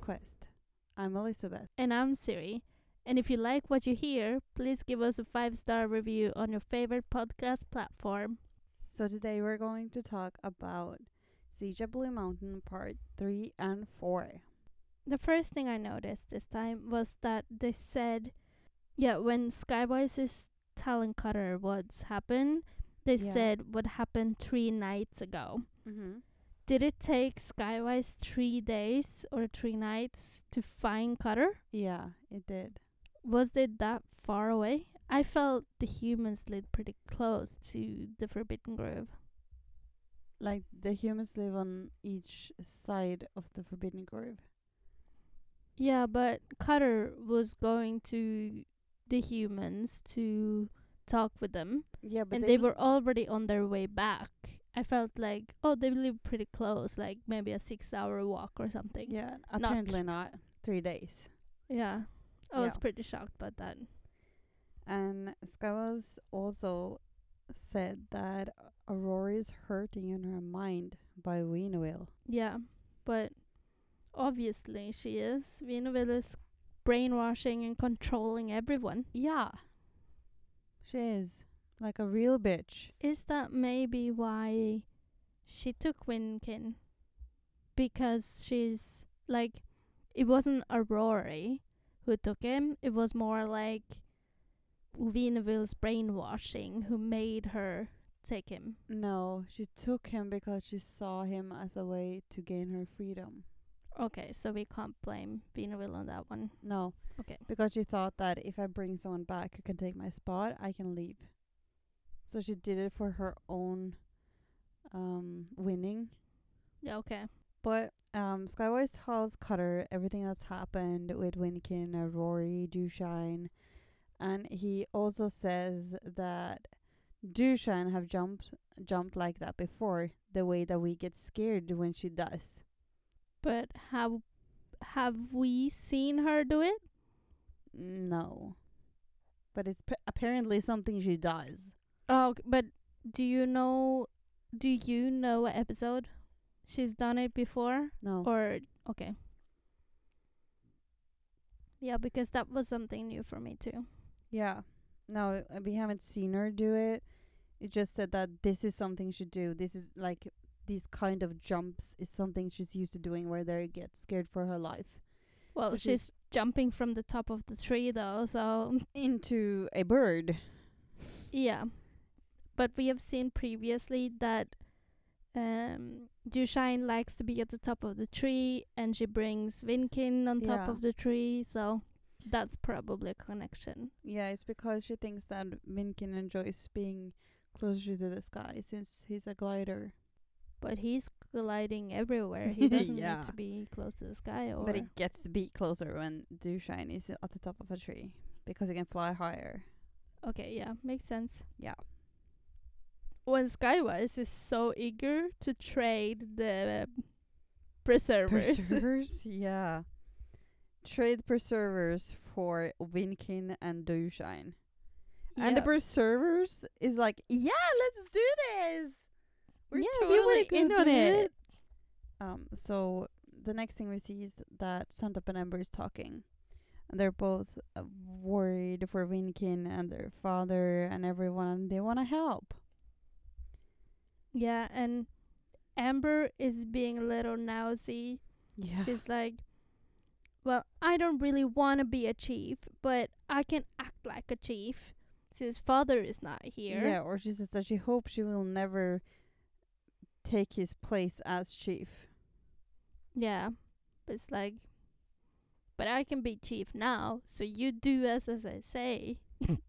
Quest. I'm Elizabeth. And I'm Siri. And if you like what you hear, please give us a five star review on your favorite podcast platform. So today we're going to talk about Sija Blue Mountain Part 3 and 4. The first thing I noticed this time was that they said, yeah, when Skywise's talent cutter what's happened, they Yeah. said what happened three nights ago. Mm-hmm. Did it take Skywise three days or three nights to find Cutter? Yeah, it did. Was it that far away? I felt the humans lived pretty close to the Forbidden Grove. Like the humans live on each side of the Forbidden Grove. Yeah, but Cutter was going to the humans to talk with them, Yeah, but and they, were already on their way back. I felt like, oh, they live pretty close, like maybe a six-hour walk or something. Yeah, apparently not. Three days. Yeah. I was Yeah. pretty shocked about that. And Skywise also said that Aurora is hurting in her mind by Weenwheel. Yeah, but obviously she is. Vinoville is brainwashing and controlling everyone. Yeah. She is. Like a real bitch. Is that maybe why she took Winkin? Because she's like, it wasn't Aurora who took him. It was more like Vinaville's brainwashing who made her take him. No, she took him because she saw him as a way to gain her freedom. Okay, so we can't blame Vinaville on that one. No. Okay. Because she thought that if I bring someone back who can take my spot, I can leave. So she did it for her own um winning. Yeah, okay. But um Skywise tells Cutter everything that's happened with Winkin, uh, Rory, Dushine, and he also says that Dushine have jumped jumped like that before, the way that we get scared when she does. But have have we seen her do it? No. But it's p- apparently something she does. Oh, ok- but do you know? Do you know what episode she's done it before? No. Or okay. Yeah, because that was something new for me too. yeah. No, uh, we haven't seen her do it. It just said that this is something she do. This is like these kind of jumps is something she's used to doing where they get scared for her life Well, So she's, she's- jumping from the top of the tree though, so into a bird. yeah. But we have seen previously that um Dushine likes to be at the top of the tree and she brings Vinkin on top Yeah. of the tree, so that's probably a connection. Yeah, it's because she thinks that Minkin enjoys being closer to the sky since he's a glider. But he's gliding everywhere. He doesn't Yeah. need to be close to the sky or But it gets to be closer when Dushine is at the top of a tree because it can fly higher. Okay, yeah, makes sense. Yeah. When Skywise is so eager to trade the preservers. Preservers, yeah. Trade preservers for Winkin and Dushine. And the Yeah. preservers is like, yeah, let's do this. We're Yeah, we wanna totally go in on do it. it. Um, so the next thing we see is that Suntop and Ember is talking. And they're both uh, worried for Winkin and their father and everyone. And they want to help. yeah, and Amber is being a little lousy. Yeah. She's like, well, I don't really want to be a chief, but I can act like a chief since father is not here. Yeah, or she says that she hopes she will never take his place as chief. Yeah. But it's like but I can be chief now, so you do as as I say.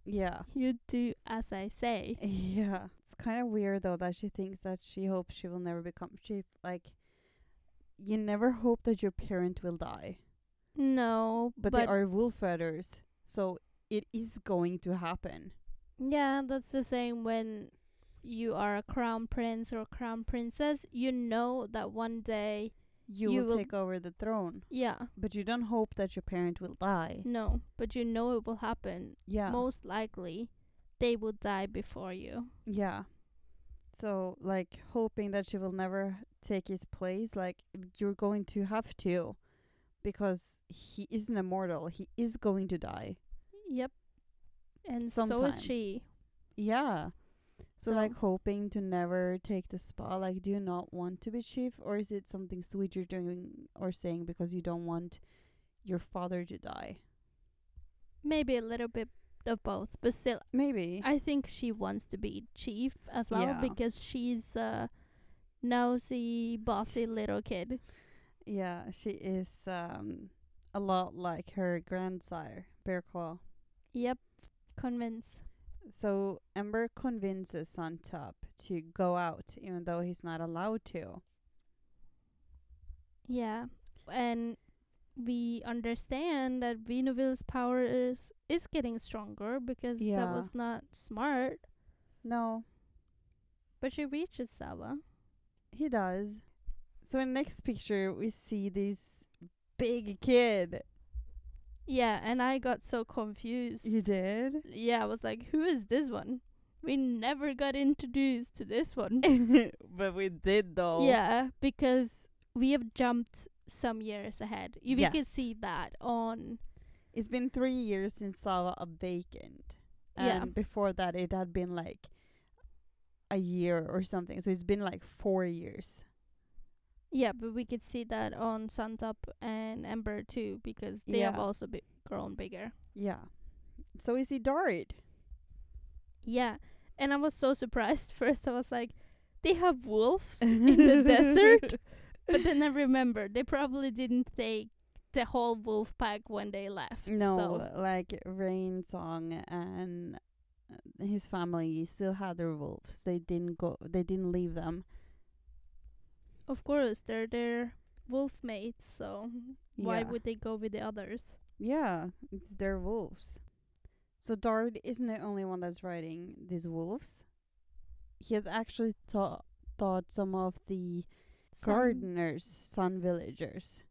Yeah. You do as I say. Yeah. It's kind of weird though that she thinks that she hopes she will never become chief. Like, you never hope that your parent will die, No, but, but, they are wolf feathers, so it is going to happen. yeah, that's the same when you are a crown prince or crown princess, you know that one day, You, You will, will- take over the throne, yeah, but you don't hope that your parent will die. no, but you know it will happen. Yeah. Most likely, they will die before you. Yeah. So, like, hoping that she will never take his place, like, you're going to have to. because he isn't immortal. He is going to die. Yep. And so Sometime. is she. Yeah. So, like So- hoping to never take the spot. Like, do you not want to be chief, or is it something sweet you're doing or saying because you don't want your father to die? Maybe a little bit of both, but still, Maybe. I think she wants to be chief as well Yeah. because she's a nosy, bossy little kid. yeah, she is um a lot like her grandsire, Bear Claw. Yep, convince. So Ember convinces Suntop to go out, even though he's not allowed to. Yeah, and we understand that Vinoville's powers is getting stronger because that Yeah. was not smart. No, But she reaches Sawa. he does. So in next picture, we see this big kid. Yeah, and I got so confused. You did? Yeah, I was like, who is this one? We never got introduced to this one. but we did though. Yeah, because we have jumped some years ahead. If you can Yes. see that on It's been three years since Sava a vacant. And Yeah. before that it had been like a year or something. So it's been like four years. yeah, but we could see that on Suntop and Ember too because they have Yeah. also be- grown bigger. Yeah. So is he Dart? Yeah, and I was so surprised. First, I was like, they have wolves in the desert, but then I remembered they probably didn't take the whole wolf pack when they left. so. No, like Rain Song and uh, his family still had their wolves. They didn't go they didn't leave them. Of course, they're their wolf mates, so why Yeah. would they go with the others? Yeah, it's their wolves. So Dart isn't the only one that's riding these wolves. He has actually taught taught some of the Some- gardeners, sun villagers,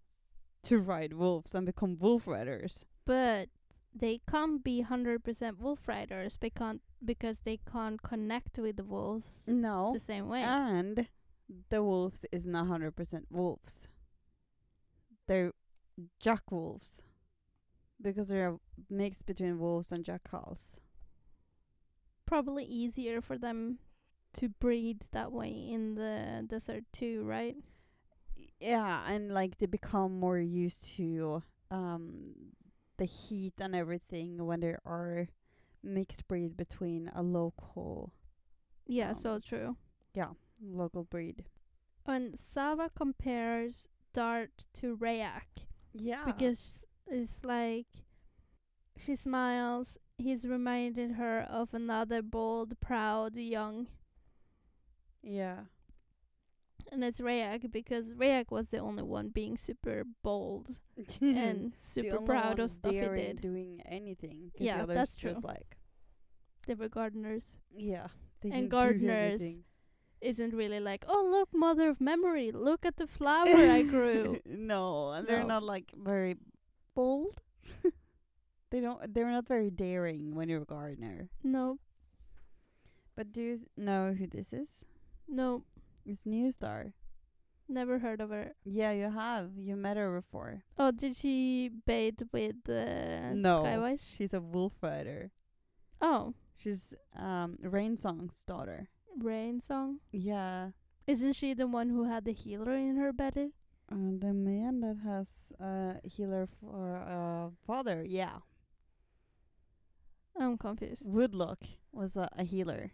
to ride wolves and become wolf riders. But they can't be 100% wolf riders because, because they can't connect with the wolves No, the same way. and the wolves is not hundred percent wolves. They're jack wolves because they're a mix between wolves and jackals. Probably easier for them to breed that way in the desert too, right? yeah and like they become more used to um the heat and everything when there are mixed breed between a local Yeah, so Um, true. local breed And Sava compares Dart to Rayak. yeah because it's like she smiles. He's reminded her of another bold, proud young, yeah and it's Rayak because Rayak was the only one being super bold and Mm-hmm. The super only proud one of stuff he daring did. doing anything 'cause Yeah, the others that's just true. like They were gardeners. yeah they didn't And do gardeners. anything. Isn't really like, oh look, mother of memory, look at the flower I grew. no and they're No. not like very bold they don't they're not very daring when you're a gardener No, but do you s- know who this is no, it's new star never heard of her. Yeah, you have. You met her before. Oh, did she bait with uh, Skywise? she's a wolf rider. Oh, She's um Rain Song's daughter. Rain Song. Yeah, Isn't she the one who had the healer in her belly? and Uh, the man that has a healer for a father. Yeah, I'm confused. Woodlock was a, a healer.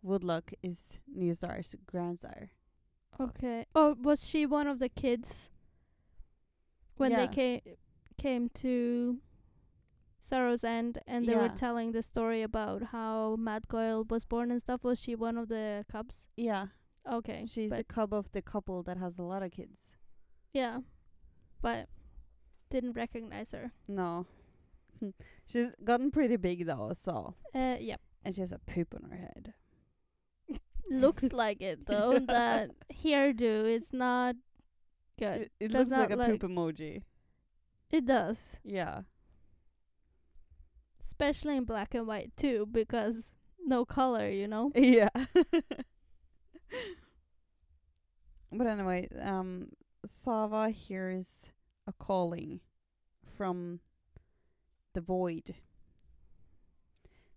Woodlock is New Star's grandsire. Okay. Oh, was she one of the kids when Yeah. they came came to Sorrow's End and they were Yeah. telling the story about how Mad Goyle was born and stuff? Was she one of the cubs? Yeah, Okay. she's the but cub of the couple that has a lot of kids. yeah, but didn't recognize her. No, she's gotten pretty big though. So, Uh, yep. and she has a poop on her head. Looks like it though. that hairdo is not good. It, it It, does looks like a not poop emoji. does, Yeah. especially in black and white too, because no color, you know. Yeah. but anyway, um, Sava hears a calling from the void.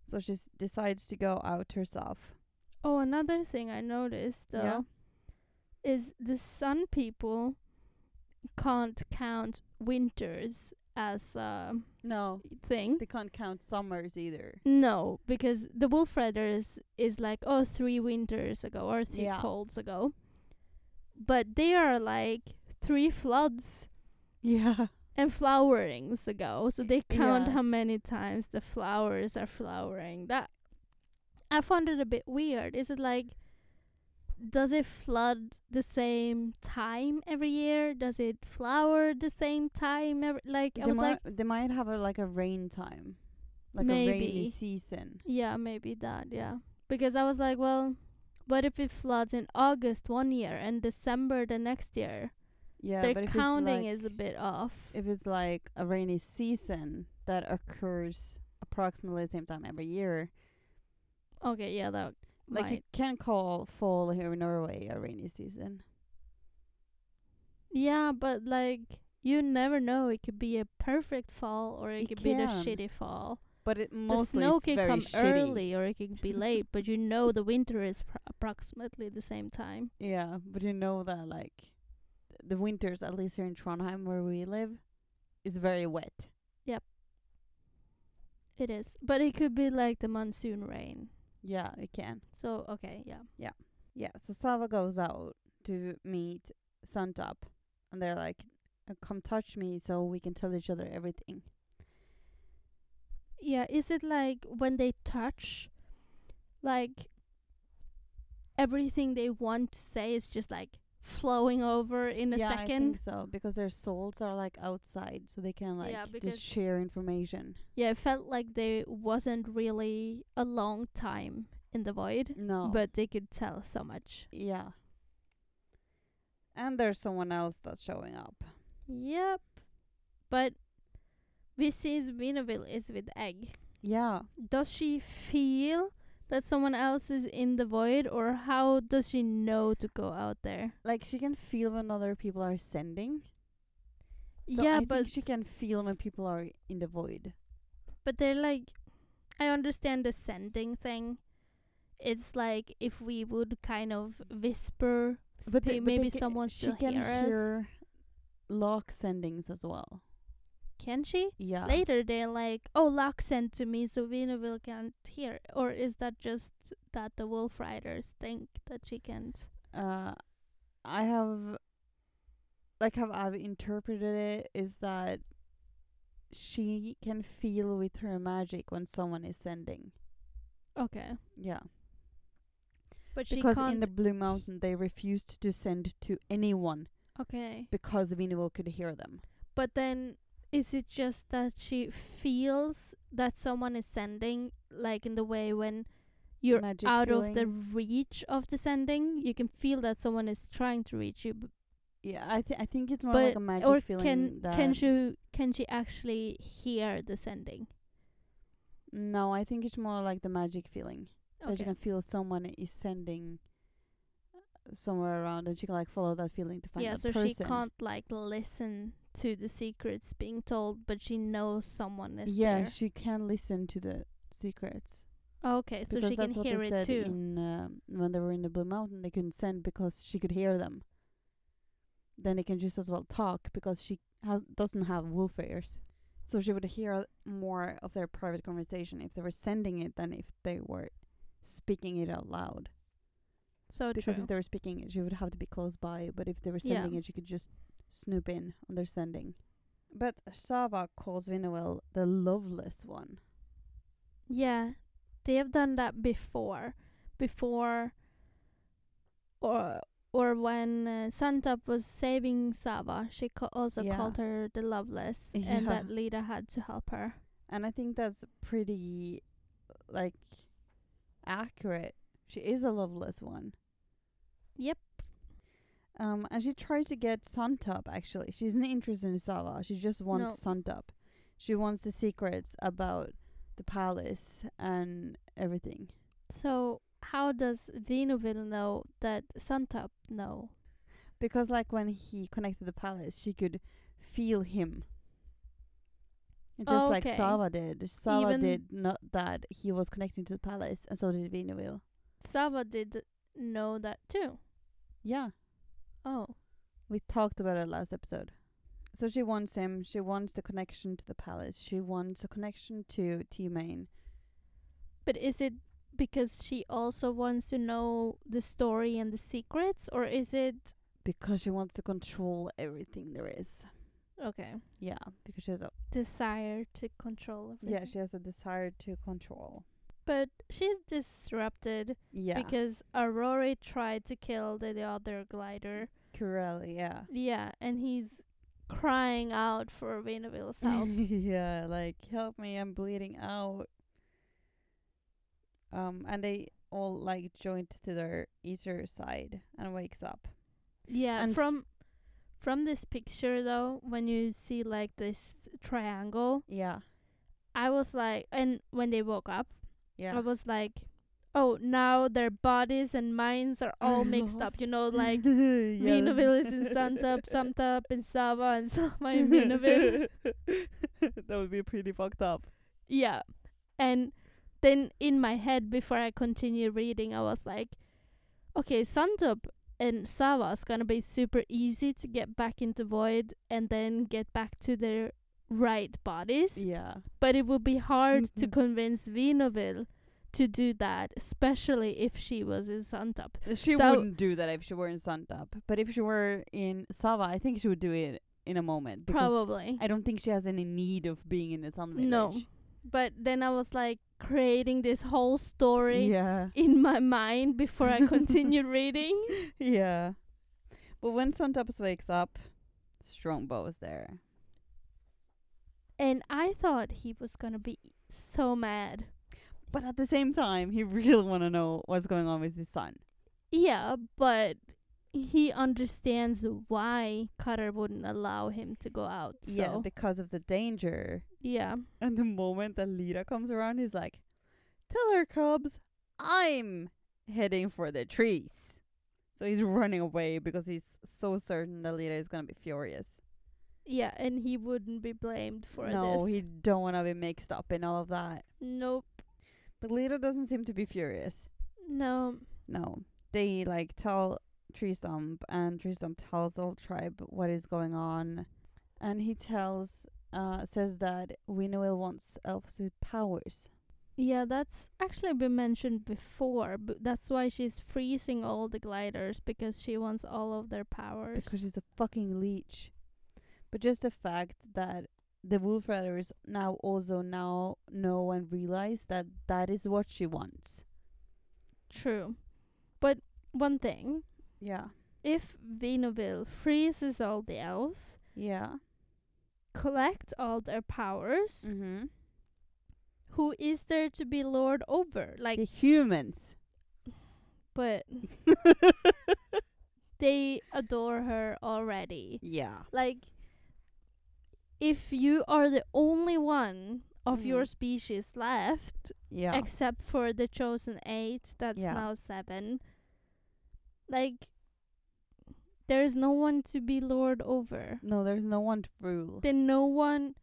So she s- decides to go out herself. Oh, another thing I noticed though Yeah. is the sun people can't count winters as a No, thing. they can't count summers either. No, because the wolf rider is, is like, oh, three winters ago or three Yeah. colds ago. But they are like three floods Yeah. and flowerings ago. So they count Yeah. how many times the flowers are flowering. That I found it a bit weird. Is it like does it flood the same time every year? Does it flower the same time every like I they, was might, like they might have a, like a rain time, like a rainy Maybe. season. Yeah, maybe that, yeah. Because I was like, well, what if it floods in August one year and December the next year? Yeah, but Their if counting it's is a like, bit off. if it's like a rainy season that occurs approximately the same time every year, Okay, yeah, that like might. you can call fall here in Norway a rainy season. Yeah, but like you never know. It could be a perfect fall or it, It could be the can. shitty fall. But it The mostly snow it's can very come shitty. early or it could be late, but you know the winter is pr- approximately the same time. Yeah, but you know that like th- the winters, at least here in Trondheim where we live, is very wet. It is. But it could be like the monsoon rain. Yeah, it can. So, okay, yeah. Yeah, so Sava goes out to meet Suntop, and they're like, "Uh, "Come touch me, so we can tell each other everything." Yeah, is it like when they touch, like everything they want to say is just like flowing over in a yeah, I think second? so because their souls are like outside, so they can like Yeah, because- just share information. Yeah, it felt like they wasn't really a long time in the void, No, but they could tell so much. yeah. And there's someone else that's showing up. Yep. But we see Zvineville is with Egg. Yeah, Does she feel that someone else is in the void, or how does she know to go out there? like she can feel when other people are sending. So yeah, I but think she can feel when people are in the void. But they're like, I understand the sending thing. It's like if we would kind of whisper, But sp- they- but they maybe ca- someone she still can hear us. hear lock sendings as well. Can she? Yeah, Later, they're like, "Oh, Locke sent to me, so Vineville can't hear." Or is that just that the Wolf Riders think that she can't? uh, I have like how I've interpreted it is that she can feel with her magic when someone is sending. Okay, Yeah, but she because can't. in the Blue Mountain they refused to send to anyone okay, because Vinival could hear them. but then is it just that she feels that someone is sending, like in the way when you're Magic out of the feeling. reach of the sending. You can feel that someone is trying to reach you, b- Yeah, I think I think it's more but like a magic or feeling. can that can she can she actually hear the sending? No, I think it's more like the magic feeling that Okay. you can feel someone is sending somewhere around, and she can like follow that feeling to find yeah, that so person. she can't like listen to the secrets being told, but she knows someone is yeah, she can listen to the secrets there. Okay, so because she that's can what hear they it said too. in um when they were in the Blue Mountain. They couldn't send because she could hear them. Then they can just as well talk because she ha- doesn't have wolf ears, so she would hear more of their private conversation if they were sending it than if they were speaking it out loud. so because Oh, true. if they were speaking it, she would have to be close by. But if they were Yeah. sending it, she could just snoop in on their sending. But Sava calls Vinowell the loveless one. Yeah, they have done that before, before, or or when uh, Santap was saving Sava, she ca- also Yeah. called her the Loveless, and Yeah. that Lida had to help her. And I think that's pretty, like, accurate. She is a loveless one. Yep. Um, and she tries to get Suntop, actually. She's not interested in Sava. She just wants Suntop. She wants the secrets about the palace and everything. So how does Vinoville know that Santap know? because like when he connected the palace she could feel him. Just like Oh, Okay. Sava did. Sava Even- did not that he was connecting to the palace, and so did Vineville. Sava did know that too. Yeah, Oh, we talked about it last episode. So she wants him. She wants the connection to the palace. She wants a connection to T-Main. but is it because she also wants to know the story and the secrets, or is it because she wants to control everything there is. okay? Yeah, because she has a Desire to control. yeah everything? she has a desire to control. but she's disrupted Yeah, because Aurora tried to kill the, the other glider. Corelli. Yeah, Yeah, and he's crying out for Vanderbilt's help. yeah, like help me, I'm bleeding out. Um, and they all like joined to their either side and wakes up. yeah, And s- from from this picture though, when you see like this triangle, Yeah, I was like, and when they woke up, I yeah. was like, oh, now their bodies and minds are all Are mixed up. You know, like yeah. Vinoville is in Suntop, Suntop in Sava, and Sava in Vinoville. that would be pretty fucked up. Yeah. And then in my head, before I continue reading, I was like, okay, Suntop and Sava is going to be super easy to get back into Void and then get back to their right bodies. Yeah, But it would be hard to Mhm. convince Vinoville to do that, especially if she was in Suntop. she So- wouldn't do that if she were in Suntop. But if she were in Sava, I think she would do it in a moment. Because Probably. I don't think she has any need of being in the Sun Village. No. But then I was like creating this whole story Yeah. in my mind before I continued reading. Yeah. But when Suntops wakes up, Strongbow is there. And I thought he was gonna be so mad. But at the same time, he really want to know what's going on with his son. Yeah, but he understands why Cutter wouldn't allow him to go out. So Yeah, because of the danger. yeah. And the moment that Lita comes around, he's like, Tell her, Cubs, I'm heading for the trees. So he's running away because he's so certain that Lita is going to be furious. Yeah, and he wouldn't be blamed for no, this. he don't want to be mixed up in all of that. nope. But Lita doesn't seem to be furious. No. No. They like tell Tree Stump and Tree Stump tells the whole tribe what is going on. And he tells uh says that Winnowill wants elf suit powers. Yeah, that's actually been mentioned before, but that's why she's freezing all the gliders because she wants all of their powers. Because she's a fucking leech. But just the fact that the Wolf Riders now also now know and realize that that is what she wants. True. But one thing, Yeah. if Vinoville freezes all the elves, Yeah. collect all their powers, Mm-hmm. who is there to be lord over? Like, The humans. but they adore her already. yeah. Like, if you are the only one of your Mhm. species left, Yeah. except for the chosen eight, that's Yeah. now seven, like, there is no one to be lord over. no, there's no one to rule. then no one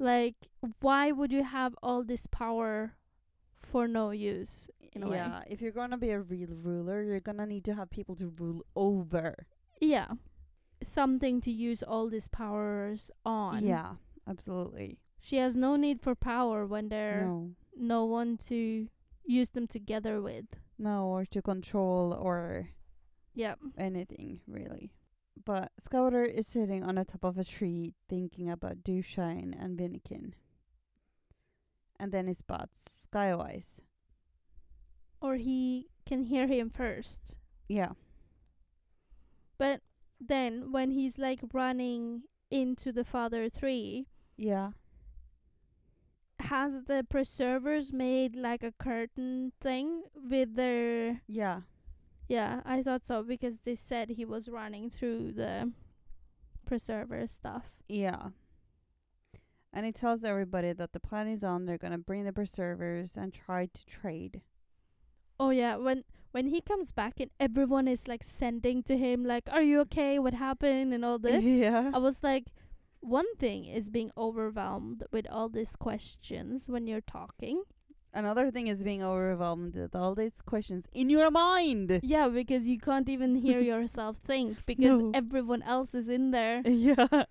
like why would you have all this power for no use in a yeah, way if you're gonna be a real ruler, you're gonna need to have people to rule over. yeah something to use all these powers on Yeah, absolutely. she has no need for power when there no. No, one to use them together with no, or to control or yep anything really. But Scouter is sitting on the top of a tree thinking about Dushine and Vinnikin. And then he spots Skywise. or he can hear him first Yeah, but then when he's like running into the father three yeah, has the preservers made like a curtain thing with their yeah, yeah i thought so because they said he was running through the preserver stuff yeah. And he tells everybody that the plan is on. They're gonna bring the preservers and try to trade. oh yeah when when he comes back and everyone is like sending to him like are you okay what happened and all this yeah. i was like one thing is being overwhelmed with all these questions when you're talking. Another thing is being overwhelmed with all these questions in your mind. Yeah, because you can't even hear yourself think because No. everyone else is in there. Yeah.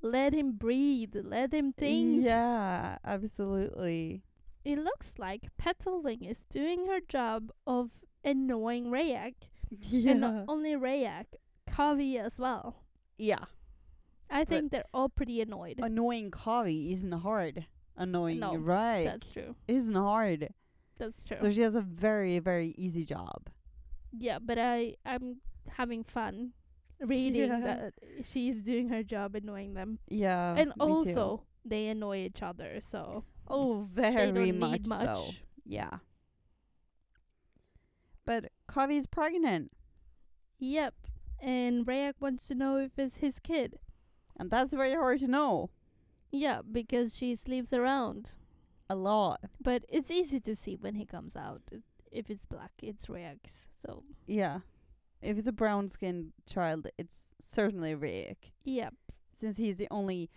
Let him breathe, let him think. Yeah, absolutely. It looks like Petaling is doing her job of annoying Rayak. Yeah. And not only Rayak, Kavi as well. yeah. I think they're all pretty annoyed. Annoying coffee isn't hard. Annoying, No, right? That's true. isn't hard. That's true. So she has a very, very easy job. yeah, but I I'm having fun reading Yeah. that she's doing her job annoying them. Yeah. and me too. also they annoy each other, so Oh, very they don't much, need much. so. Yeah. But Kavi's pregnant, Yep. And Rayak wants to know if it's his kid. and that's very hard to know. Yeah, because she sleeps around. A lot. But it's easy to see when he comes out. I- If it's black, it's Rayak's. So, Yeah. If it's a brown skinned child, it's certainly Rick. yep. Since he's the only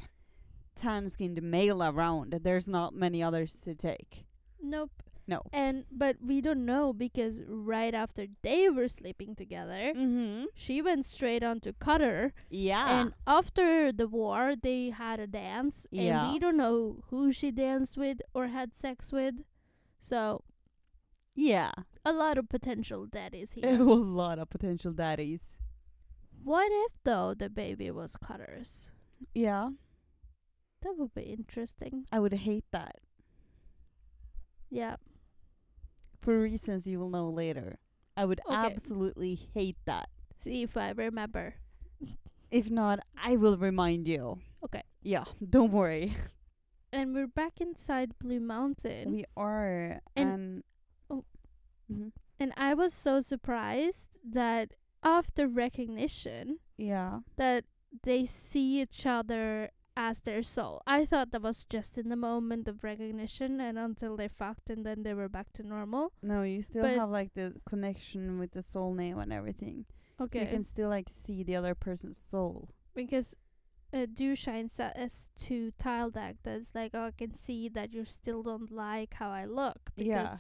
tan skinned male around, there's not many others to take. Nope. No. And but we don't know because right after they were sleeping together, Mm-hmm. she went straight on to Cutter. Yeah. And after the war, they had a dance, and Yeah. we don't know who she danced with or had sex with. So yeah. a lot of potential daddies here. A lot of potential daddies. What if though the baby was Cutter's? Yeah. That would be interesting. I would hate that. Yeah. For reasons you will know later. I would Okay. absolutely hate that. See if I remember. If not, I will remind you. Okay. Yeah, don't worry. And we're back inside Blue Mountain. We are. And. And- Oh. Mhm. and I was so surprised that after recognition Yeah. that they see each other as their soul. I thought that was just in the moment of recognition and until they fucked and then they were back to normal. No, you still But- have like the connection with the soul name and everything. Okay. So you can still like see the other person's soul. because uh, Dushine says to Tildak that it's like, oh, I can see that you still don't like how I look. Because Yeah.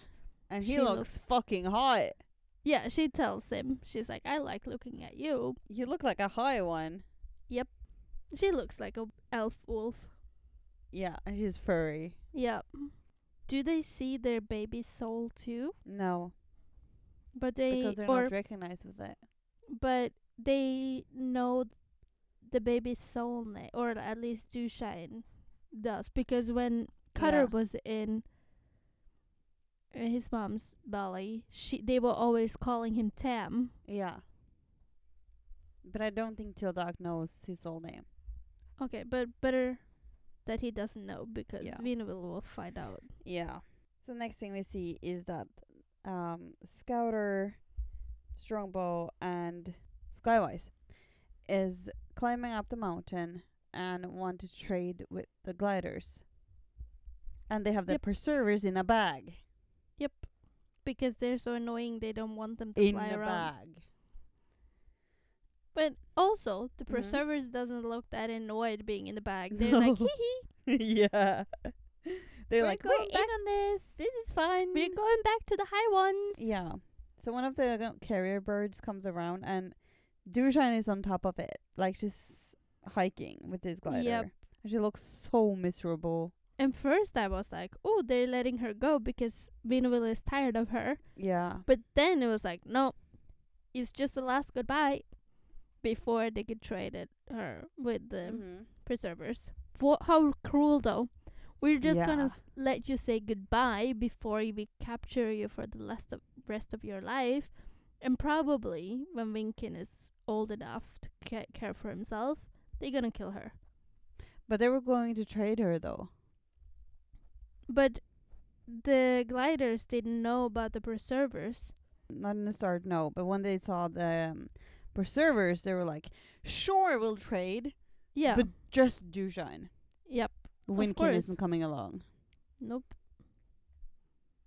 And he She looks, looks- fucking hot. Yeah, she tells him. She's like, I like looking at you. You look like a high one. She looks like a elf wolf. Yeah, and she's furry. Yeah. Do they see their baby's soul too? No, But they because they're or not recognized with it. but they know th- the baby's soul name, or at least Dushine does, because when Cutter Yeah. was in uh, his mom's belly, she they were always calling him Tam. Yeah. But I don't think Tildak knows his soul name. Okay, but better that he doesn't know because Yeah. Vinaville will find out. Yeah. So next thing we see is that um, Scouter, Strongbow, and Skywise is climbing up the mountain and want to trade with the gliders. And they have the Yep. preservers in a bag. Yep, because they're so annoying. They don't want them to in fly a around. bag. But also, the Mhm. preservers doesn't look that annoyed being in the bag. They're like, No. hee hee, yeah. They're We're like, we're going in back- on this. This is fun. we're going back to the high ones. Yeah. So one of the g- carrier birds comes around and Dushan is on top of it. Like she's hiking with this glider. And she looks so miserable. And first I was like, oh, they're letting her go because Vinaville is tired of her. Yeah. But then it was like, no, it's just the last goodbye before they could trade it, her with the Mm-hmm. preservers. Wha how cruel, though. We're just gonna Yeah. s- let you say goodbye before we capture you for the last of, rest of your life. And probably when Winkin is old enough to ca- care for himself, they're gonna kill her. But they were going to trade her though. But the gliders didn't know about the preservers. Not in the start, no. But when they saw the um, preservers, they were like, sure, we'll trade. Yeah. But just Dushan. yep. Winkin course. isn't coming along. Nope.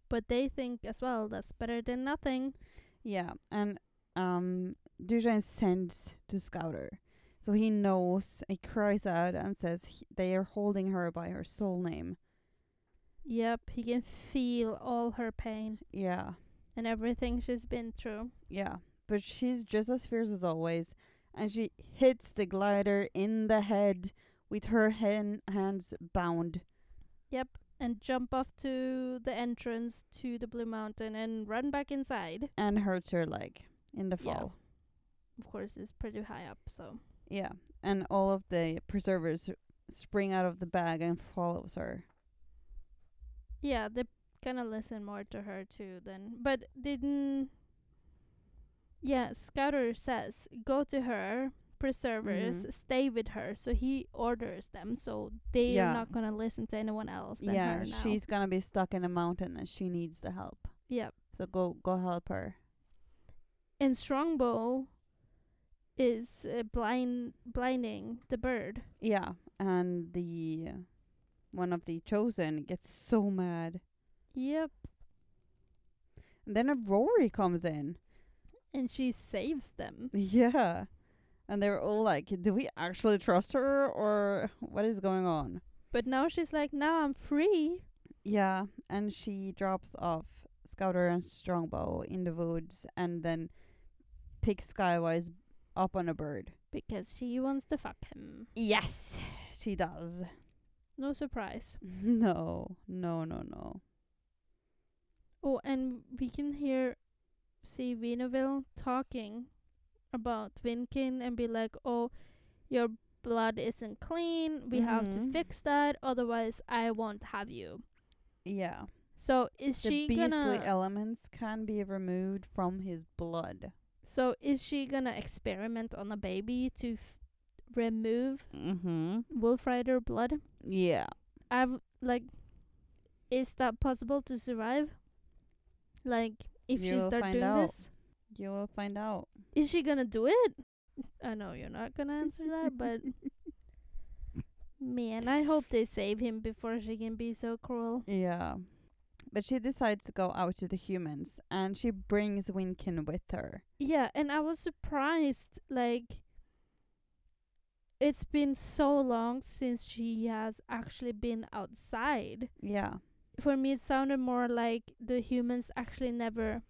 But they think as well that's better than nothing. Yeah. And um, Dushan sends to Scouter. So he knows. He cries out and says he, they are holding her by her soul name. Yep, he can feel all her pain Yeah, and everything she's been through. yeah. But she's just as fierce as always, and she hits the glider in the head with her hen- hands bound. Yep, and jump off to the entrance to the Blue Mountain and run back inside. and hurts her leg in the Yeah. fall. Of course, it's pretty high up, so Yeah. And all of the preservers spring out of the bag and follows her. yeah, they kind of listen more to her too. Then, but didn't. Yeah, Scouter says go to her preservers, Mhm. stay with her. So he orders them, so they Yeah. are not gonna listen to anyone else. Than yeah, her now. she's gonna be stuck in a mountain and she needs the help. yep. So go go help her. and Strongbow is uh, blind blinding the bird. Yeah. And the one of the chosen gets so mad. Yep, And then a Rory comes in. and she saves them. Yeah. And they're all like, Do we actually trust her or what is going on? But now she's like, now I'm free. Yeah, and she drops off Scouter and Strongbow in the woods and then picks Skywise up on a bird. Because she wants to fuck him. Yes, she does. No surprise. No, no, no, no. Oh, and we can hear, see Vinoville talking about Vinkin and be like, oh, your blood isn't clean. We have to Mhm. fix that. Otherwise, I won't have you. Yeah. So is The she beastly gonna? elements can be removed from his blood. So is she gonna experiment on a baby to f- remove Mm-hmm. Wolf Rider blood? Yeah. I've like, is that possible to survive? Like, if You'll she start find doing out. this, You will find out. is she gonna do it? I know you're not gonna answer that, but man, I hope they save him before she can be so cruel. Yeah. But she decides to go out to the humans and she brings Winkin with her. Yeah, and I was surprised. Like, it's been so long since she has actually been outside. Yeah. for me it sounded more like the humans actually never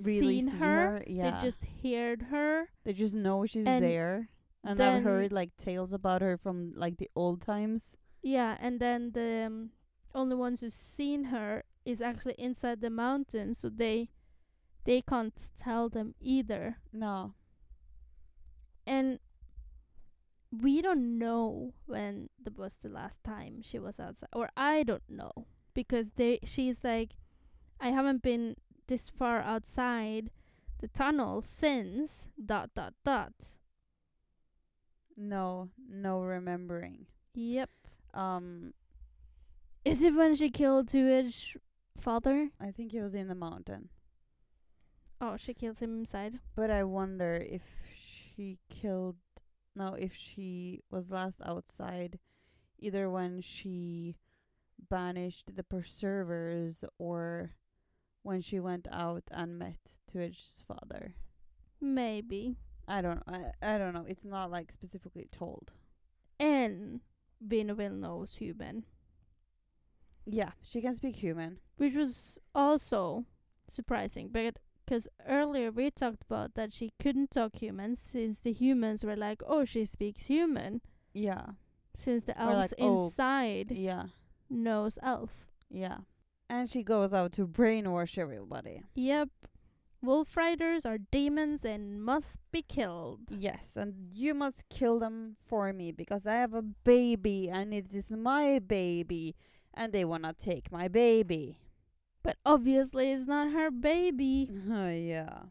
Really seen see her, Yeah. they just heard her They just know she's And there. And I've then- heard like tales about her from like the old times. yeah and then the um, only ones who's seen her is actually inside the mountain so they they can't tell them either No. and we don't know when the was the last time she was outside or i don't know because they she's like i haven't been this far outside the tunnel since dot dot dot No, no remembering. yep Um is it when she killed Tui's father I think it was in the mountain. oh she kills him inside But I wonder if she killed no, if she was last outside either when she banished the preservers or when she went out and met Twitch's father. maybe I don't I, I don't know. It's not like specifically told. and Vinoville knows human Yeah, she can speak human. which was also surprising but because earlier we talked about that she couldn't talk humans since the humans were like oh she speaks human Yeah. since the We're elves like, "Oh." inside Yeah. knows elf Yeah. And she goes out to brainwash everybody. yep wolf riders are demons and must be killed Yes, and you must kill them for me because I have a baby and it is my baby and they wanna take my baby. but obviously it's not her baby Oh yeah.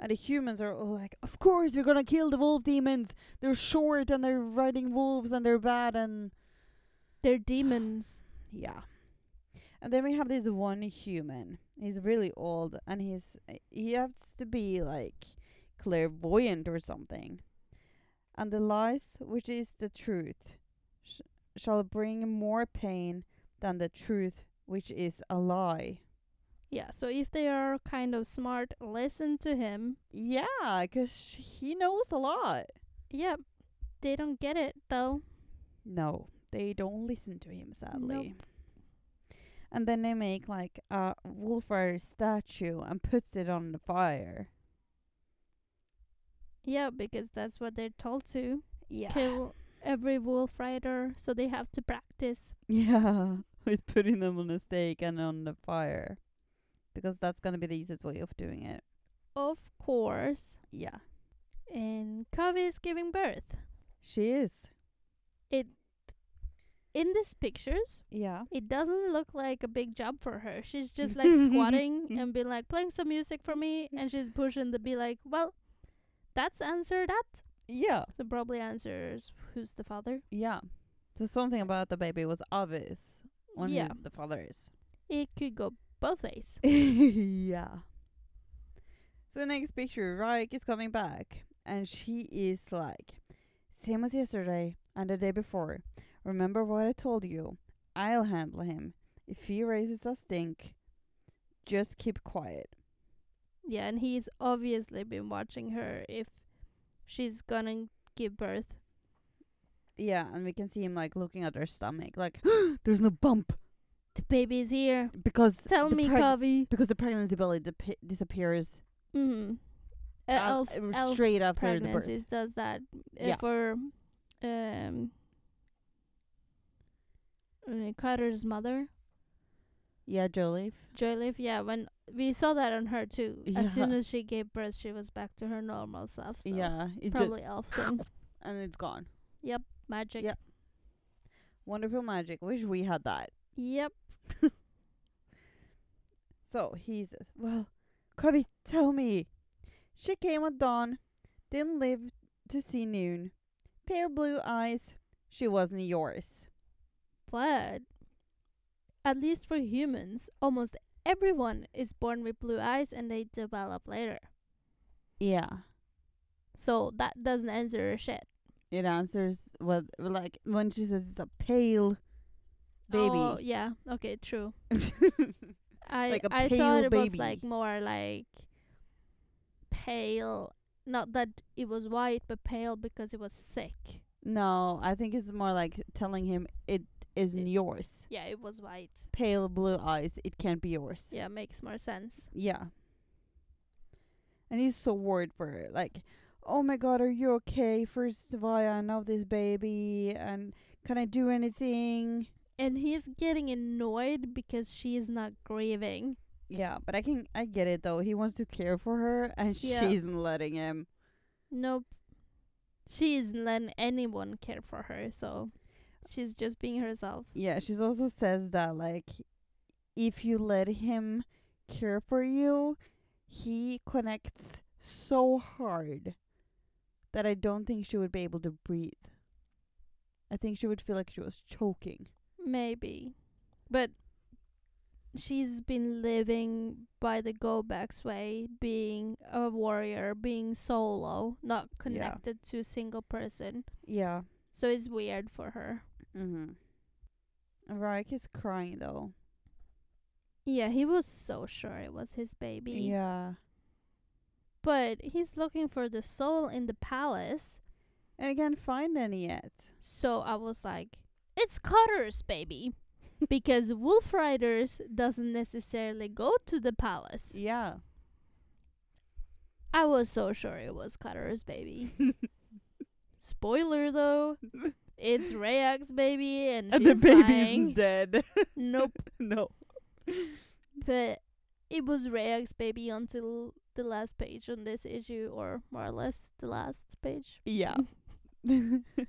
And the humans are all like, Of course we're gonna kill the wolf demons. They're short and they're riding wolves and they're bad and they're demons Yeah. And then we have this one human. He's really old and he's he has to be like clairvoyant or something. And the lies, which is the truth, sh- shall bring more pain than the truth, which is a lie. yeah so if they are kind of smart listen to him Yeah, 'cause he knows a lot. yep They don't get it though. No, they don't listen to him, sadly. Nope. And then they make like a Wolfire statue and puts it on the fire. Yeah, because that's what they're told to Yeah. kill every wolf rider, so they have to practice. Yeah, with putting them on a stake and on the fire. Because that's going to be the easiest way of doing it. Of course. Yeah. And Covey is giving birth. She is. In these pictures, Yeah. it doesn't look like a big job for her. She's just like squatting and be like playing some music for me, and she's pushing to be like, well, that's answer that. Yeah. So probably answers who's the father. Yeah. So something about the baby was obvious when yeah, the father is. it could go both ways. yeah. So the next picture, Raik is coming back and she is like, same as yesterday and the day before. Remember what I told you. I'll handle him. If he raises a stink, just keep quiet. Yeah, and he's obviously been watching her if she's gonna give birth. Yeah, and we can see him like looking at her stomach, like there's no bump The baby's here. because Tell the me, preg- Covey. because the pregnancy belly dip- disappears Mm-hmm. Uh, uh, elf, elf straight after the birth. pregnancies does that uh, Yeah. for um uh, Carter's mother, Yeah, Jolie. Joyleaf. Yeah, when we saw that on her too. Yeah. As soon as she gave birth, she was back to her normal self. So yeah, it just probably elf thing. and it's gone. magic. Yeah. Wonderful magic. Wish we had that. Yep. So he says, Well, Cubby, tell me. She came at dawn, didn't live to see noon. Pale blue eyes, she wasn't yours. But at least for humans, almost everyone is born with blue eyes and they develop later. Yeah. So that doesn't answer her shit. It answers what like when she says it's a pale baby. Oh, yeah. Okay, true. I Like a I pale thought it baby. was like more like pale. Not that it was white, but pale because it was sick. no, I think it's more like telling him it isn't It- yours. Yeah, it was white. Pale blue eyes, it can't be yours. Yeah, makes more sense. Yeah. And he's so worried for her. Like, oh my god, are you okay? First of all, I love this baby. And can I do anything? And he's getting annoyed because she is not grieving. Yeah, but I can I get it though. He wants to care for her and Yeah. she's not letting him. Nope. She isn't letting anyone care for her, so she's just being herself. Yeah, she's also says that like if you let him care for you, he connects so hard that I don't think she would be able to breathe. I think she would feel like she was choking. Maybe. But she's been living by the go backs way, being a warrior, being solo, not connected to a single person. Yeah. So it's weird for her. Mm-hmm. Raik is crying though. Yeah, he was so sure it was his baby. Yeah. But he's looking for the soul in the palace. And I can't find any yet. So I was like, it's Cutter's baby. because Wolf Riders doesn't necessarily go to the palace. Yeah. I was so sure it was Cutter's baby. Spoiler though, it's Rayak's baby, and, And she's the baby lying. isn't dead. nope, no. but it was Rayak's baby until the last page on this issue, or more or less the last page. Yeah. but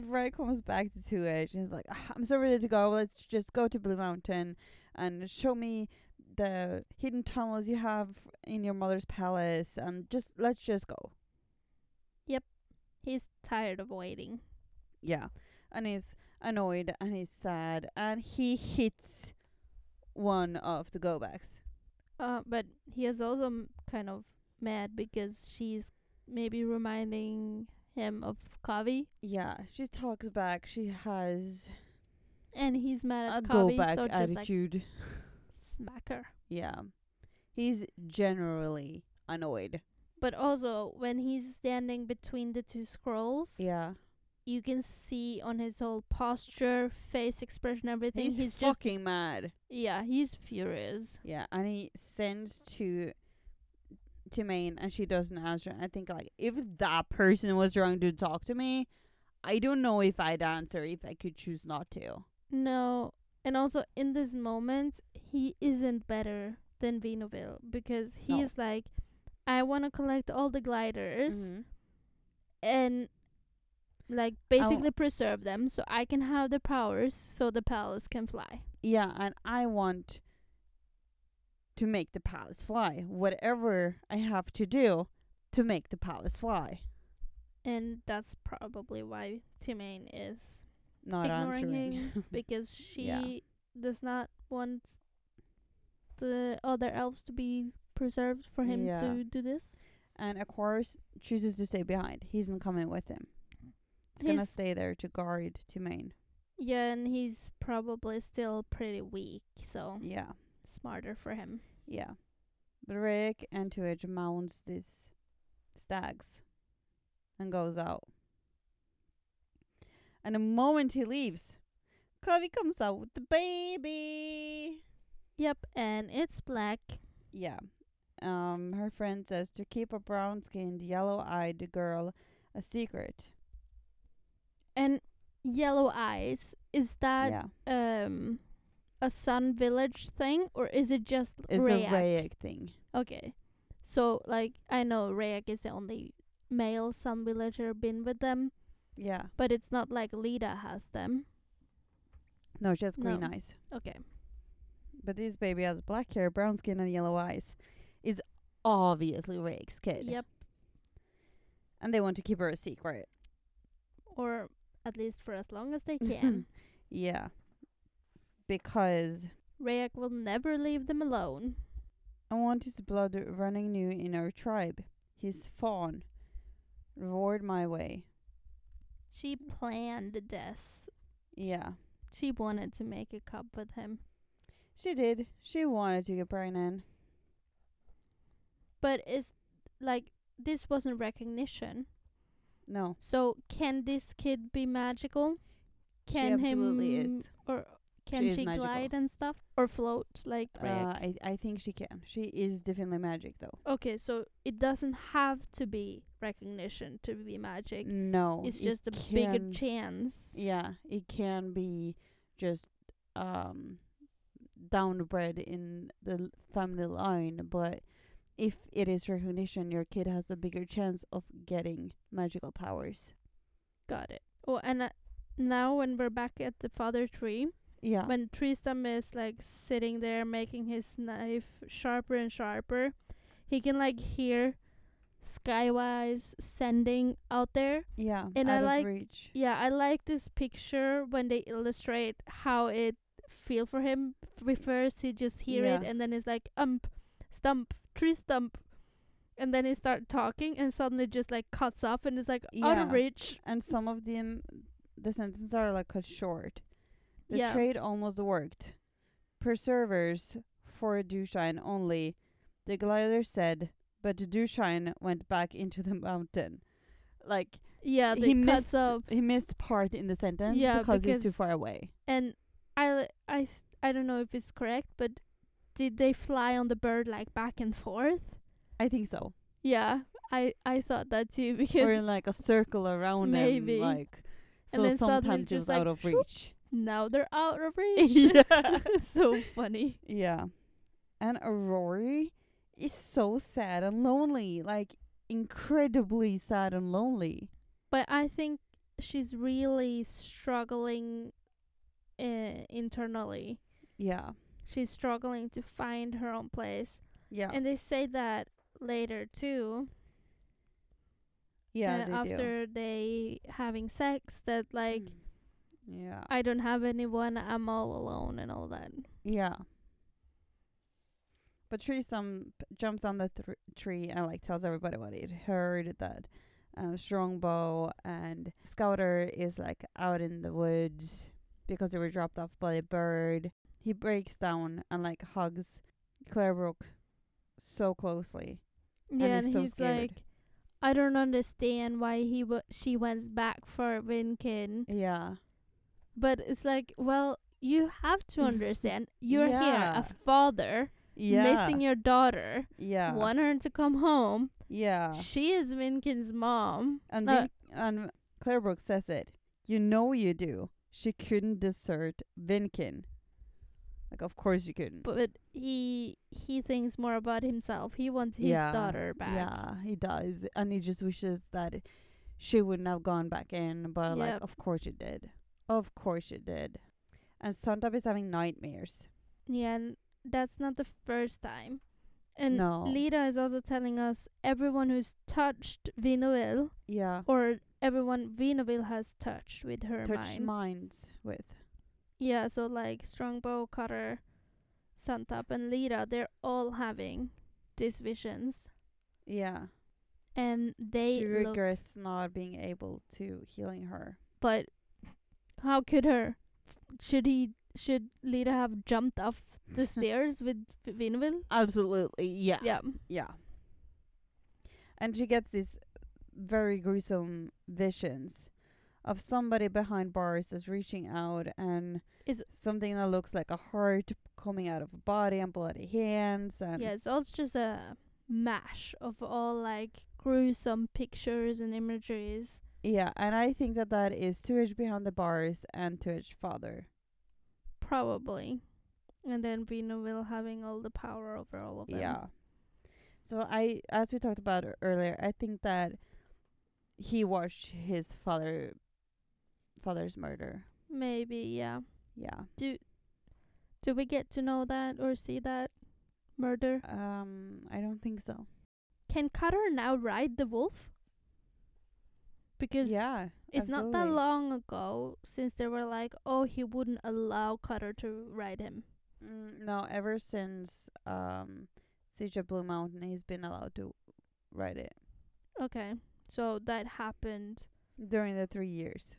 Raik comes back to Two Edge and is like, "Ah, I'm so ready to go. Let's just go to Blue Mountain and show me the hidden tunnels you have in your mother's palace and just let's just go. He's tired of waiting. Yeah. And he's annoyed and he's sad and he hits one of the go backs. Uh, but he is also m- kind of mad because she's maybe reminding him of Kavi, Yeah, she talks back. She has and he's mad a at go Kavi, back so just like attitude. smack her. yeah. He's generally annoyed. But also, when he's standing between the two scrolls, Yeah. you can see on his whole posture, face expression, everything. He's, He's, just fucking mad. yeah, he's furious. Yeah, and he sends to to Maine, and she doesn't answer. I think like if that person was trying to talk to me, I don't know if I'd answer if I could choose not to. No, and also in this moment, he isn't better than Vinoville because No. he's like, I want to collect all the gliders Mm-hmm. and like basically preserve them so I can have the powers so the palace can fly. Yeah, and I want to make the palace fly. Whatever I have to do to make the palace fly. And that's probably why Timane is Not ignoring answering. him because she Yeah. does not want the other elves to be preserved for him Yeah. to do this. And Aquarius chooses to stay behind. He's not coming with him. He's gonna He's- stay there to guard to Maine. Yeah, and he's probably still pretty weak, so Yeah. smarter for him. Yeah. Rick and Tuage mounts these stags and goes out. And the moment he leaves, Kavi comes out with the baby. Yep, and it's black. Yeah. Um, her friend says to keep a brown skinned, yellow eyed girl a secret. And yellow eyes. Is that yeah. um a sun village thing or is it just It's Rayak? a Rayak thing. Okay. So like I know Rayak is the only male sun villager been with them, Yeah. but it's not like Lida has them. No, she has green No. eyes. Okay. But this baby has black hair, brown skin, and yellow eyes. Is obviously Rayak's kid. Yep. And they want to keep her a secret. Or at least for as long as they can. Yeah. Because Rayak will never leave them alone. I want his blood running new in our tribe. His fawn roared my way. She planned this. Yeah. She wanted to make a cup with him. She did. She wanted to get pregnant. But it's like this wasn't recognition. No. So can this kid be magical? She Can absolutely him is. or can She she, is magical. glide and stuff or float like Uh, Rayek? I, I think she can. She is definitely magic though. Okay, so it doesn't have to be recognition to be magic. No. it's Oh, it just a bigger can- chance. Yeah. It can be just um downbred in the l- family line, but if it is recognition, your kid has a bigger chance of getting magical powers. Got it. Oh, and uh, now when we're back at the father tree, Yeah. when Tristam is like sitting there making his knife sharper and sharper, he can like hear Skywise sending out there. Yeah, And I out of like- reach. Yeah, I like this picture when they illustrate how it feel for him. F- First, he just hear it, Yeah. and then it's like ump, stump, tree stump, and then he start talking, and suddenly just like cuts off, and it's like out of Yeah. reach. And some of them, the sentences are like cut short. The Yeah. trade almost worked. Preservers for Dushine only. The glider said, but Dushine went back into the mountain. Like Yeah, he they missed, cuts off. he missed part in the sentence Yeah, because, he's because- too far away. And I, li- I, th- I don't know if it's correct, but did they fly on the bird like back and forth? I think so. Yeah, I, I thought that too Or because in like a circle around Maybe. him, like. And So then suddenly sometimes it's it just was like, out of shoop. reach. now they're out of reach. yeah. so funny. Yeah. And Rory is so sad and lonely. Like, incredibly sad and lonely. But I think she's really struggling uh, internally. Yeah. She's struggling to find her own place. Yeah. And they say that later too. yeah, uh, they do. after they having sex that like Mm. Yeah. I don't have anyone, I'm all alone and all that. Yeah. But Trisam p- jumps on the thr tree and like tells everybody what he'd heard that uh, Strongbow and Scouter is like out in the woods because they were dropped off by a bird. He breaks down and like hugs Clarebrook so closely Yeah, and, he's so he's scared. like, I don't understand why he w- she went back for Winkin. Yeah. But it's like, well, you have to understand. You're here, Yeah. a father, Yeah. missing your daughter, yeah. want her to come home. Yeah. She is Winkin's mom. And No. Vin- and Claire Brooks says it. You know you do. She couldn't desert Vinkin. Like of course you couldn't. but he he thinks more about himself. He wants his Yeah, daughter back. Yeah, he does, and he just wishes that she wouldn't have gone back in. But like, Yep. of course she did. Of course she did. And Santa is having nightmares. Yeah, and that's not the first time. And No. Lita is also telling us everyone who's touched Vinoville Yeah, or everyone Vinoville has touched with her touch mind. minds with. yeah, so like Strongbow, Cutter, Suntap, and Lita, they're all having these visions, Yeah, and they she look- regrets not being able to healing her. But how could her? Should he? Should Lita have jumped off the stairs with Vinoville? Absolutely. Yeah. Yeah. Yeah. And she gets these very gruesome visions of somebody behind bars that's reaching out and Is- something that looks like a heart coming out of a body and bloody hands and Yeah, it's all just a mash of all like gruesome pictures and imageries. Yeah, and I think that that is Tuish behind the bars and Tuish father. Probably. And then Vino will having all the power over all of them. Yeah. So I as we talked about e-, earlier, I think that he watched his father father's murder. Maybe, yeah. Yeah. Do we get to know that or see that murder? Um I don't think so. Can Cutter now ride the wolf? Because yeah it's not that absolutely. long ago since they were like, oh, he wouldn't allow Cutter to ride him. Mm, no ever since um siege of blue mountain he's been allowed to ride it Okay. So that happened during the three years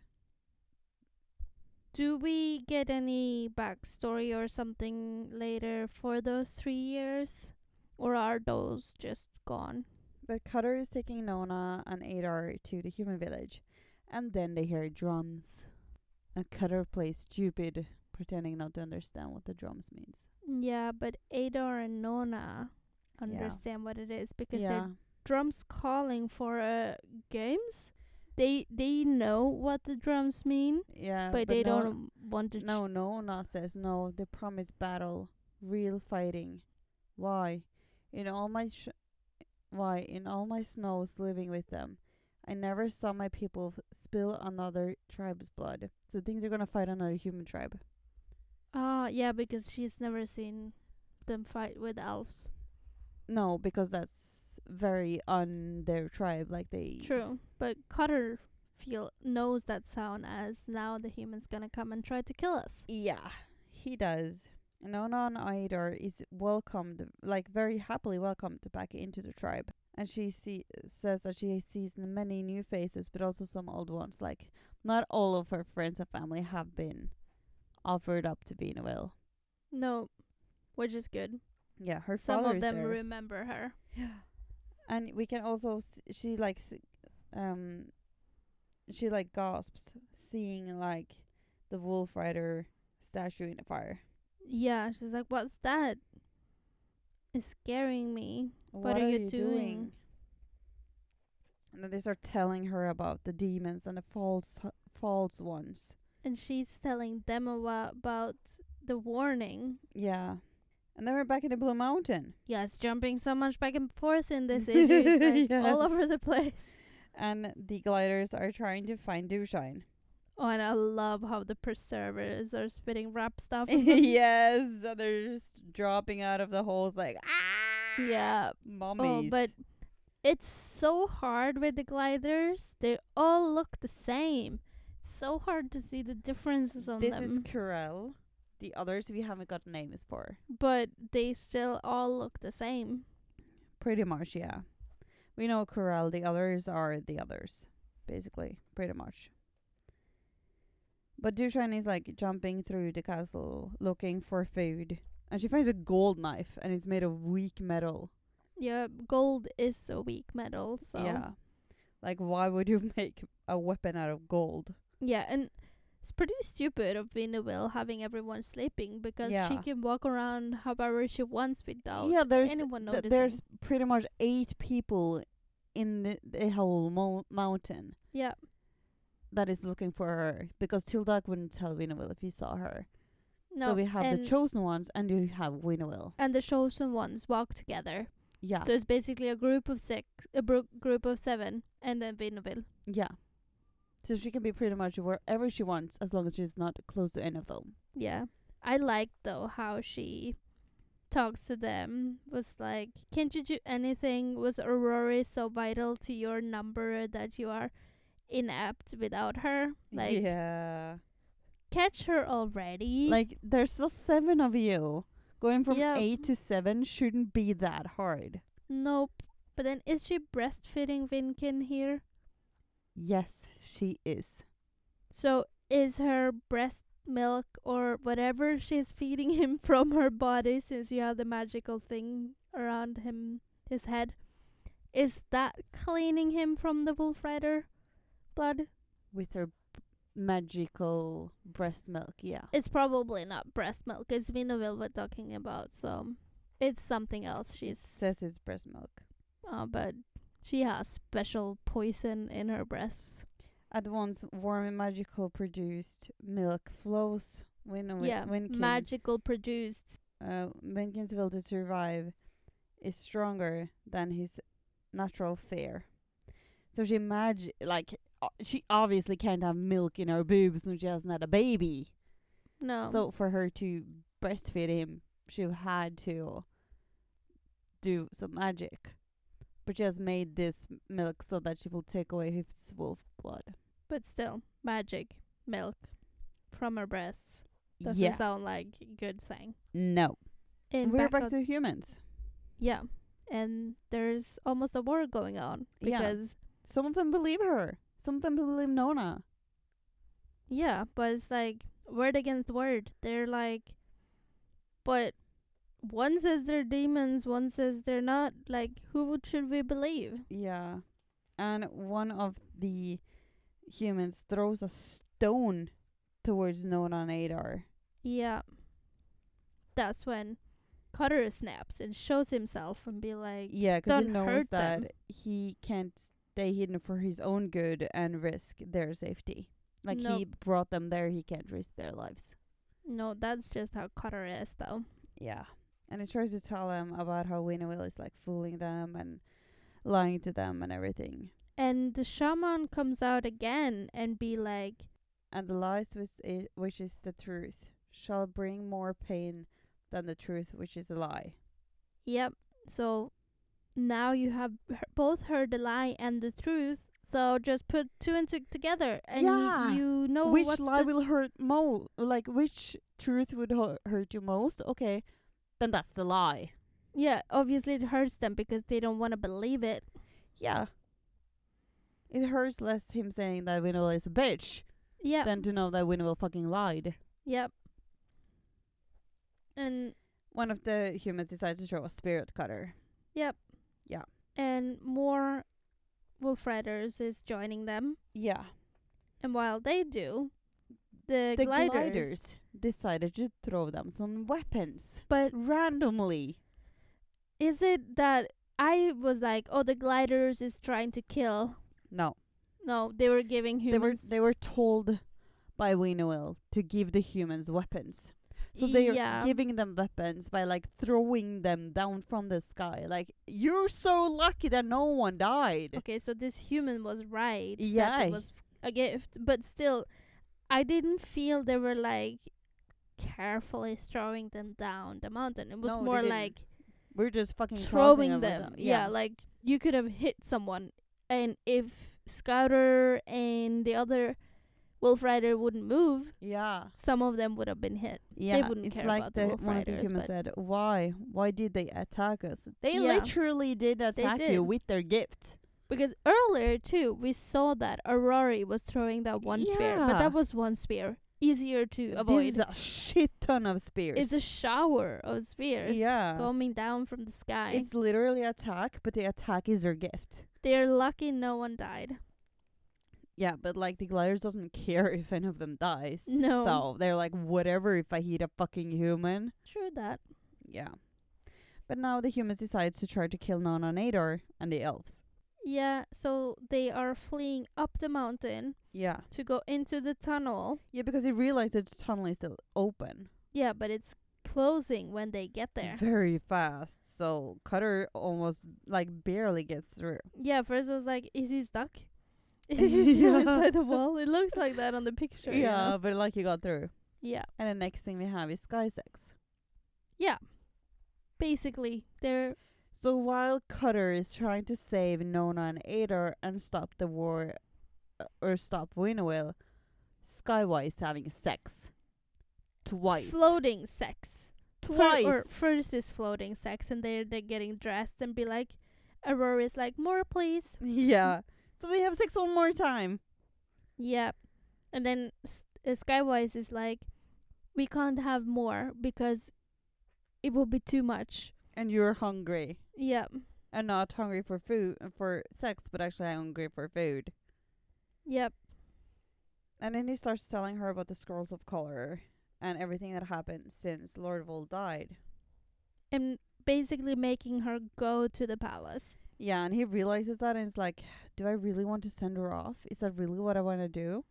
Do we get any backstory or something later for those three years? Or are those just gone? but cutter is taking nona and adar to the human village and then they hear drums and cutter plays stupid pretending not to understand what the drums means Yeah, but Adar and Nona understand what it is because yeah the drums calling for uh, games. They they know what the drums mean, yeah but, they Uh, no- don't want to. no ch- nona says no they promise battle real fighting why in all my sh- why in all my snows living with them i never saw my people f- spill another tribe's blood so think they're gonna fight another human tribe Ah, yeah, because she's never seen them fight with elves. no because that's very on their tribe like they True, but Cutter feel knows that sound as now the human's gonna come and try to kill us. yeah he does nona and Aidar is welcomed like very happily welcomed back into the tribe and she see, says that she sees n- many new faces, but also some old ones. Like, not all of her friends and family have been offered up to be in a will. No, which is good. Yeah, her Some father of is them there. remember her. and we can also s she like, s um, she like gasps seeing like the wolf rider statue in the fire. Yeah, she's like, "What's that? It's scaring me." What, are, you doing? And then they start telling her about the demons and the false false ones. And she's telling them about, about the warning. Yeah. And then we're back in the Blue Mountain. Yeah, it's jumping so much back and forth in this issue, it's like all over Yes. the place. And the gliders are trying to find Dushine. Oh, and I love how the preservers are spitting rap stuff. yes. So they're just dropping out of the holes like ah yeah, mommies. Oh, but it's so hard with the gliders. They all look the same. It's so hard to see the differences on this them. is Corel. The others we haven't got names for. but they still all look the same. Pretty much, yeah. We know Corel, the others are the others, basically. Pretty much. But Dushine is like jumping through the castle looking for food. And she finds a gold knife and it's made of weak metal. yeah, gold is a weak metal, so Yeah. Like, why would you make a weapon out of gold? Yeah, and it's pretty stupid of Vinnowill having everyone sleeping because she Yeah. can walk around however she wants without yeah, there's anyone th- noticing. there's pretty much eight people in the, the whole mo- mountain yeah, that is looking for her because Tildak wouldn't tell Winnowill if he saw her. no. so we have and, the chosen ones, and you have Winnowill. and the chosen ones walk together. Yeah, So it's basically a group of six, a bro- group of seven, and then Vinnowill. yeah. So she can be pretty much wherever she wants as long as she's not close to any of them. Yeah, I like though how she talks to them. Was like, can't you do anything? Was Aurora so vital to your number that you are inept without her? Like, yeah. catch her already. Like there's still seven of you. Going from Yeah. eight to seven shouldn't be that hard. nope. But then is she breastfeeding Vinkin here? Yes, she is. So is her breast milk or whatever she's feeding him from her body since you have the magical thing around him his head? Is that cleaning him from the wolf rider blood? With her b- magical breast milk, yeah. It's probably not breast milk, it's Vinoville we're talking about, so it's something else she's Says it's breast milk. uh, but she has special poison in her breasts. At once warm and magical produced milk flows when yeah, when can magical produced. uh Winkin's will to survive is stronger than his natural fear. So she imagine like o she obviously can't have milk in her boobs when she hasn't had a baby. No. So for her to breastfeed him, she had to do some magic. But she has made this m- milk so that she will take away his wolf blood. but still, magic milk from her breasts doesn't yeah. sound like a good thing. No. And We're back on- to humans. yeah, and there's almost a war going on Yeah. because Some of them believe her. Some of them believe Nona. yeah, but it's like word against word. They're like, but one says they're demons, one says they're not. Like, who would, should we believe? Yeah. And one of the humans throws a stone towards Nona and Adar. Yeah. That's when Cutter snaps and shows himself and be like, Yeah, 'cause Don't he knows hurt that them. he can't stay hidden for his own good and risk their safety. Like he Nope. brought them there, he can't risk their lives. No, that's just how Cutter is, though. Yeah, and he tries to tell them about how Winnowill is like fooling them and lying to them and everything. And the shaman comes out again and be like, And the lies which is, which is the truth shall bring more pain than the truth which is a lie. "Yep, so now you have he- both heard the lie and the truth. So just put two and two together, and y- Yeah. you know which what's lie the- will hurt mo? Like which truth would hu- hurt you most? Okay, then that's the lie. yeah, obviously it hurts them because they don't want to believe it. Yeah. It hurts less him saying that Winnowill is a bitch Yeah, than to know that Winnowill fucking lied. yep. And One of the humans decides to throw a spirit cutter. and more wolf riders is joining them, Yeah. and while they do, the, The gliders, gliders. decided to throw them some weapons. But Randomly. Is it that I was like, oh, the gliders is trying to kill? No. No, they were giving They were humans. they were told by Winnowill to give the humans weapons. So they Yeah. are giving them weapons by like throwing them down from the sky. Like, you're so lucky that no one died. okay, so this human was right. that Yeah. it was a gift, but still, I didn't feel they were like carefully throwing them down the mountain. It was No, they more didn't. like We're just fucking tossing throwing with them. Yeah. like you could have hit someone, and if Scouter and the other Wolf Rider wouldn't move, Yeah. some of them would have been hit. Yeah. wouldn't it's care like about the Wolf one of Riders, the humans but- said, Why? Why did they attack us? They Yeah. literally did attack did. you with their gift. Because earlier too, we saw that Aurori was throwing that one spear, but Yeah. that was one spear. easier to avoid. This is a shit ton of spears. it's a shower of spears Oh yeah. coming down from the sky. It's literally attack, but the attack is their gift. They're lucky no one died. Yeah, but like the gliders doesn't care if any of them dies. No. So they're like, whatever if I hit a fucking human. True that. Yeah. But now the humans decide to try to kill Nana Nador and the elves. Yeah, so they are fleeing up the mountain Yeah. to go into the tunnel. Yeah, because they realize that the tunnel is still open. Yeah, but it's closing when they get there. Very fast. So Cutter almost like barely gets through. Yeah, first I was like, is he stuck? Is he still Yeah. inside the wall? It looks like that on the picture. you yeah, know? but like he got through. Yeah. And the next thing we have is Sky Sex. Basically, they're So while Cutter is trying to save Nona and Ador and stop the war uh, or stop Winnowill, Skywise is having sex. Twice. floating sex. Fir- Twice. or first is floating sex, and they're they're getting dressed and be like, Aurora is like, more please. yeah. So they have sex one more time. Yeah, and then S- uh, Skywise is like, we can't have more because it will be too much. And you're hungry. Yeah, And not hungry for food uh, for sex, but actually hungry for food. yep, And then he starts telling her about the scrolls of color and everything that happened since Lord Vol died. and basically making her go to the palace. Yeah, and he realizes that and is like, Do I really want to send her off? Is that really what I want to do?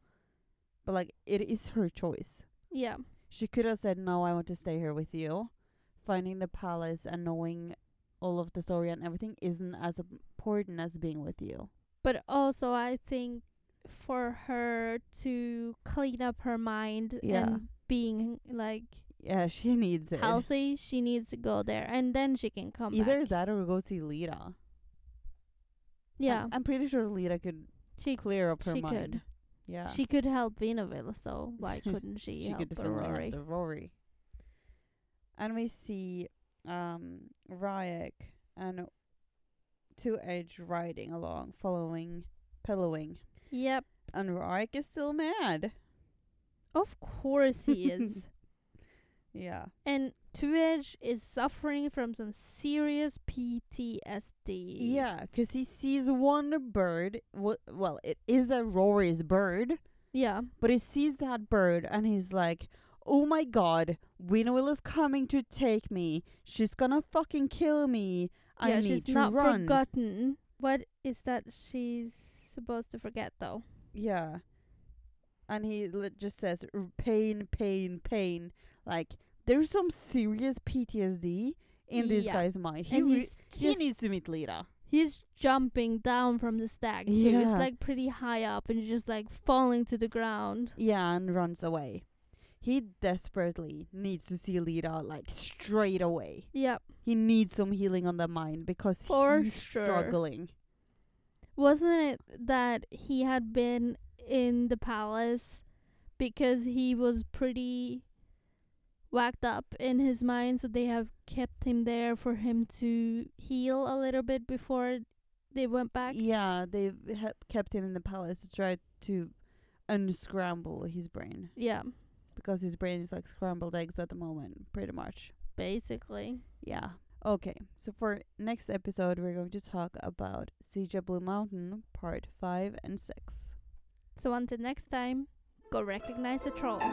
But like, it is her choice. Yeah, She could have said, No, I want to stay here with you. Finding the palace and knowing all of the story and everything isn't as important as being with you. but also I think for her to clean up her mind Yeah. and being like Yeah, she needs it. healthy, she needs to go there, and then she can come Either back. that or go see Lita. yeah, I'm, I'm pretty sure Lita could she clear up her she mind. could. Yeah. she could help Vinoville, so why couldn't she, she help could definitely help Rory? the Rory. And we see um Ryak and Two Edge riding along, following, pillowing. Yep, And Ryak is still mad. of course he is. Yeah. And Two Edge is suffering from some serious PTSD. Yeah, 'cause he sees one bird. W- well, it is a Rory's bird, yeah, but he sees that bird and he's like, oh my god, Winnowill is coming to take me. She's gonna fucking kill me. I yeah. need she's to not run. forgotten. What is that she's supposed to forget though? Yeah. And he li- just says "R- pain, pain, pain. Like there's some serious PTSD in this Yeah. guy's mind. He and re- he's he just needs to meet Lita. he's jumping down from the stag too. It's Yeah. like pretty high up and just like falling to the ground. Yeah, and runs away. He desperately needs to see Lita like straight away. Yeah. He needs some healing on the mind because For he's sure. struggling. Wasn't it that he had been in the palace because he was pretty whacked up in his mind, so they have kept him there for him to heal a little bit before they went back? Yeah, they've he- kept him in the palace to try to unscramble his brain Yeah, because his brain is like scrambled eggs at the moment, pretty much. basically. Yeah. Okay. So for next episode, we're going to talk about Sija Blue Mountain, part five and six. So until next time, go recognize a troll.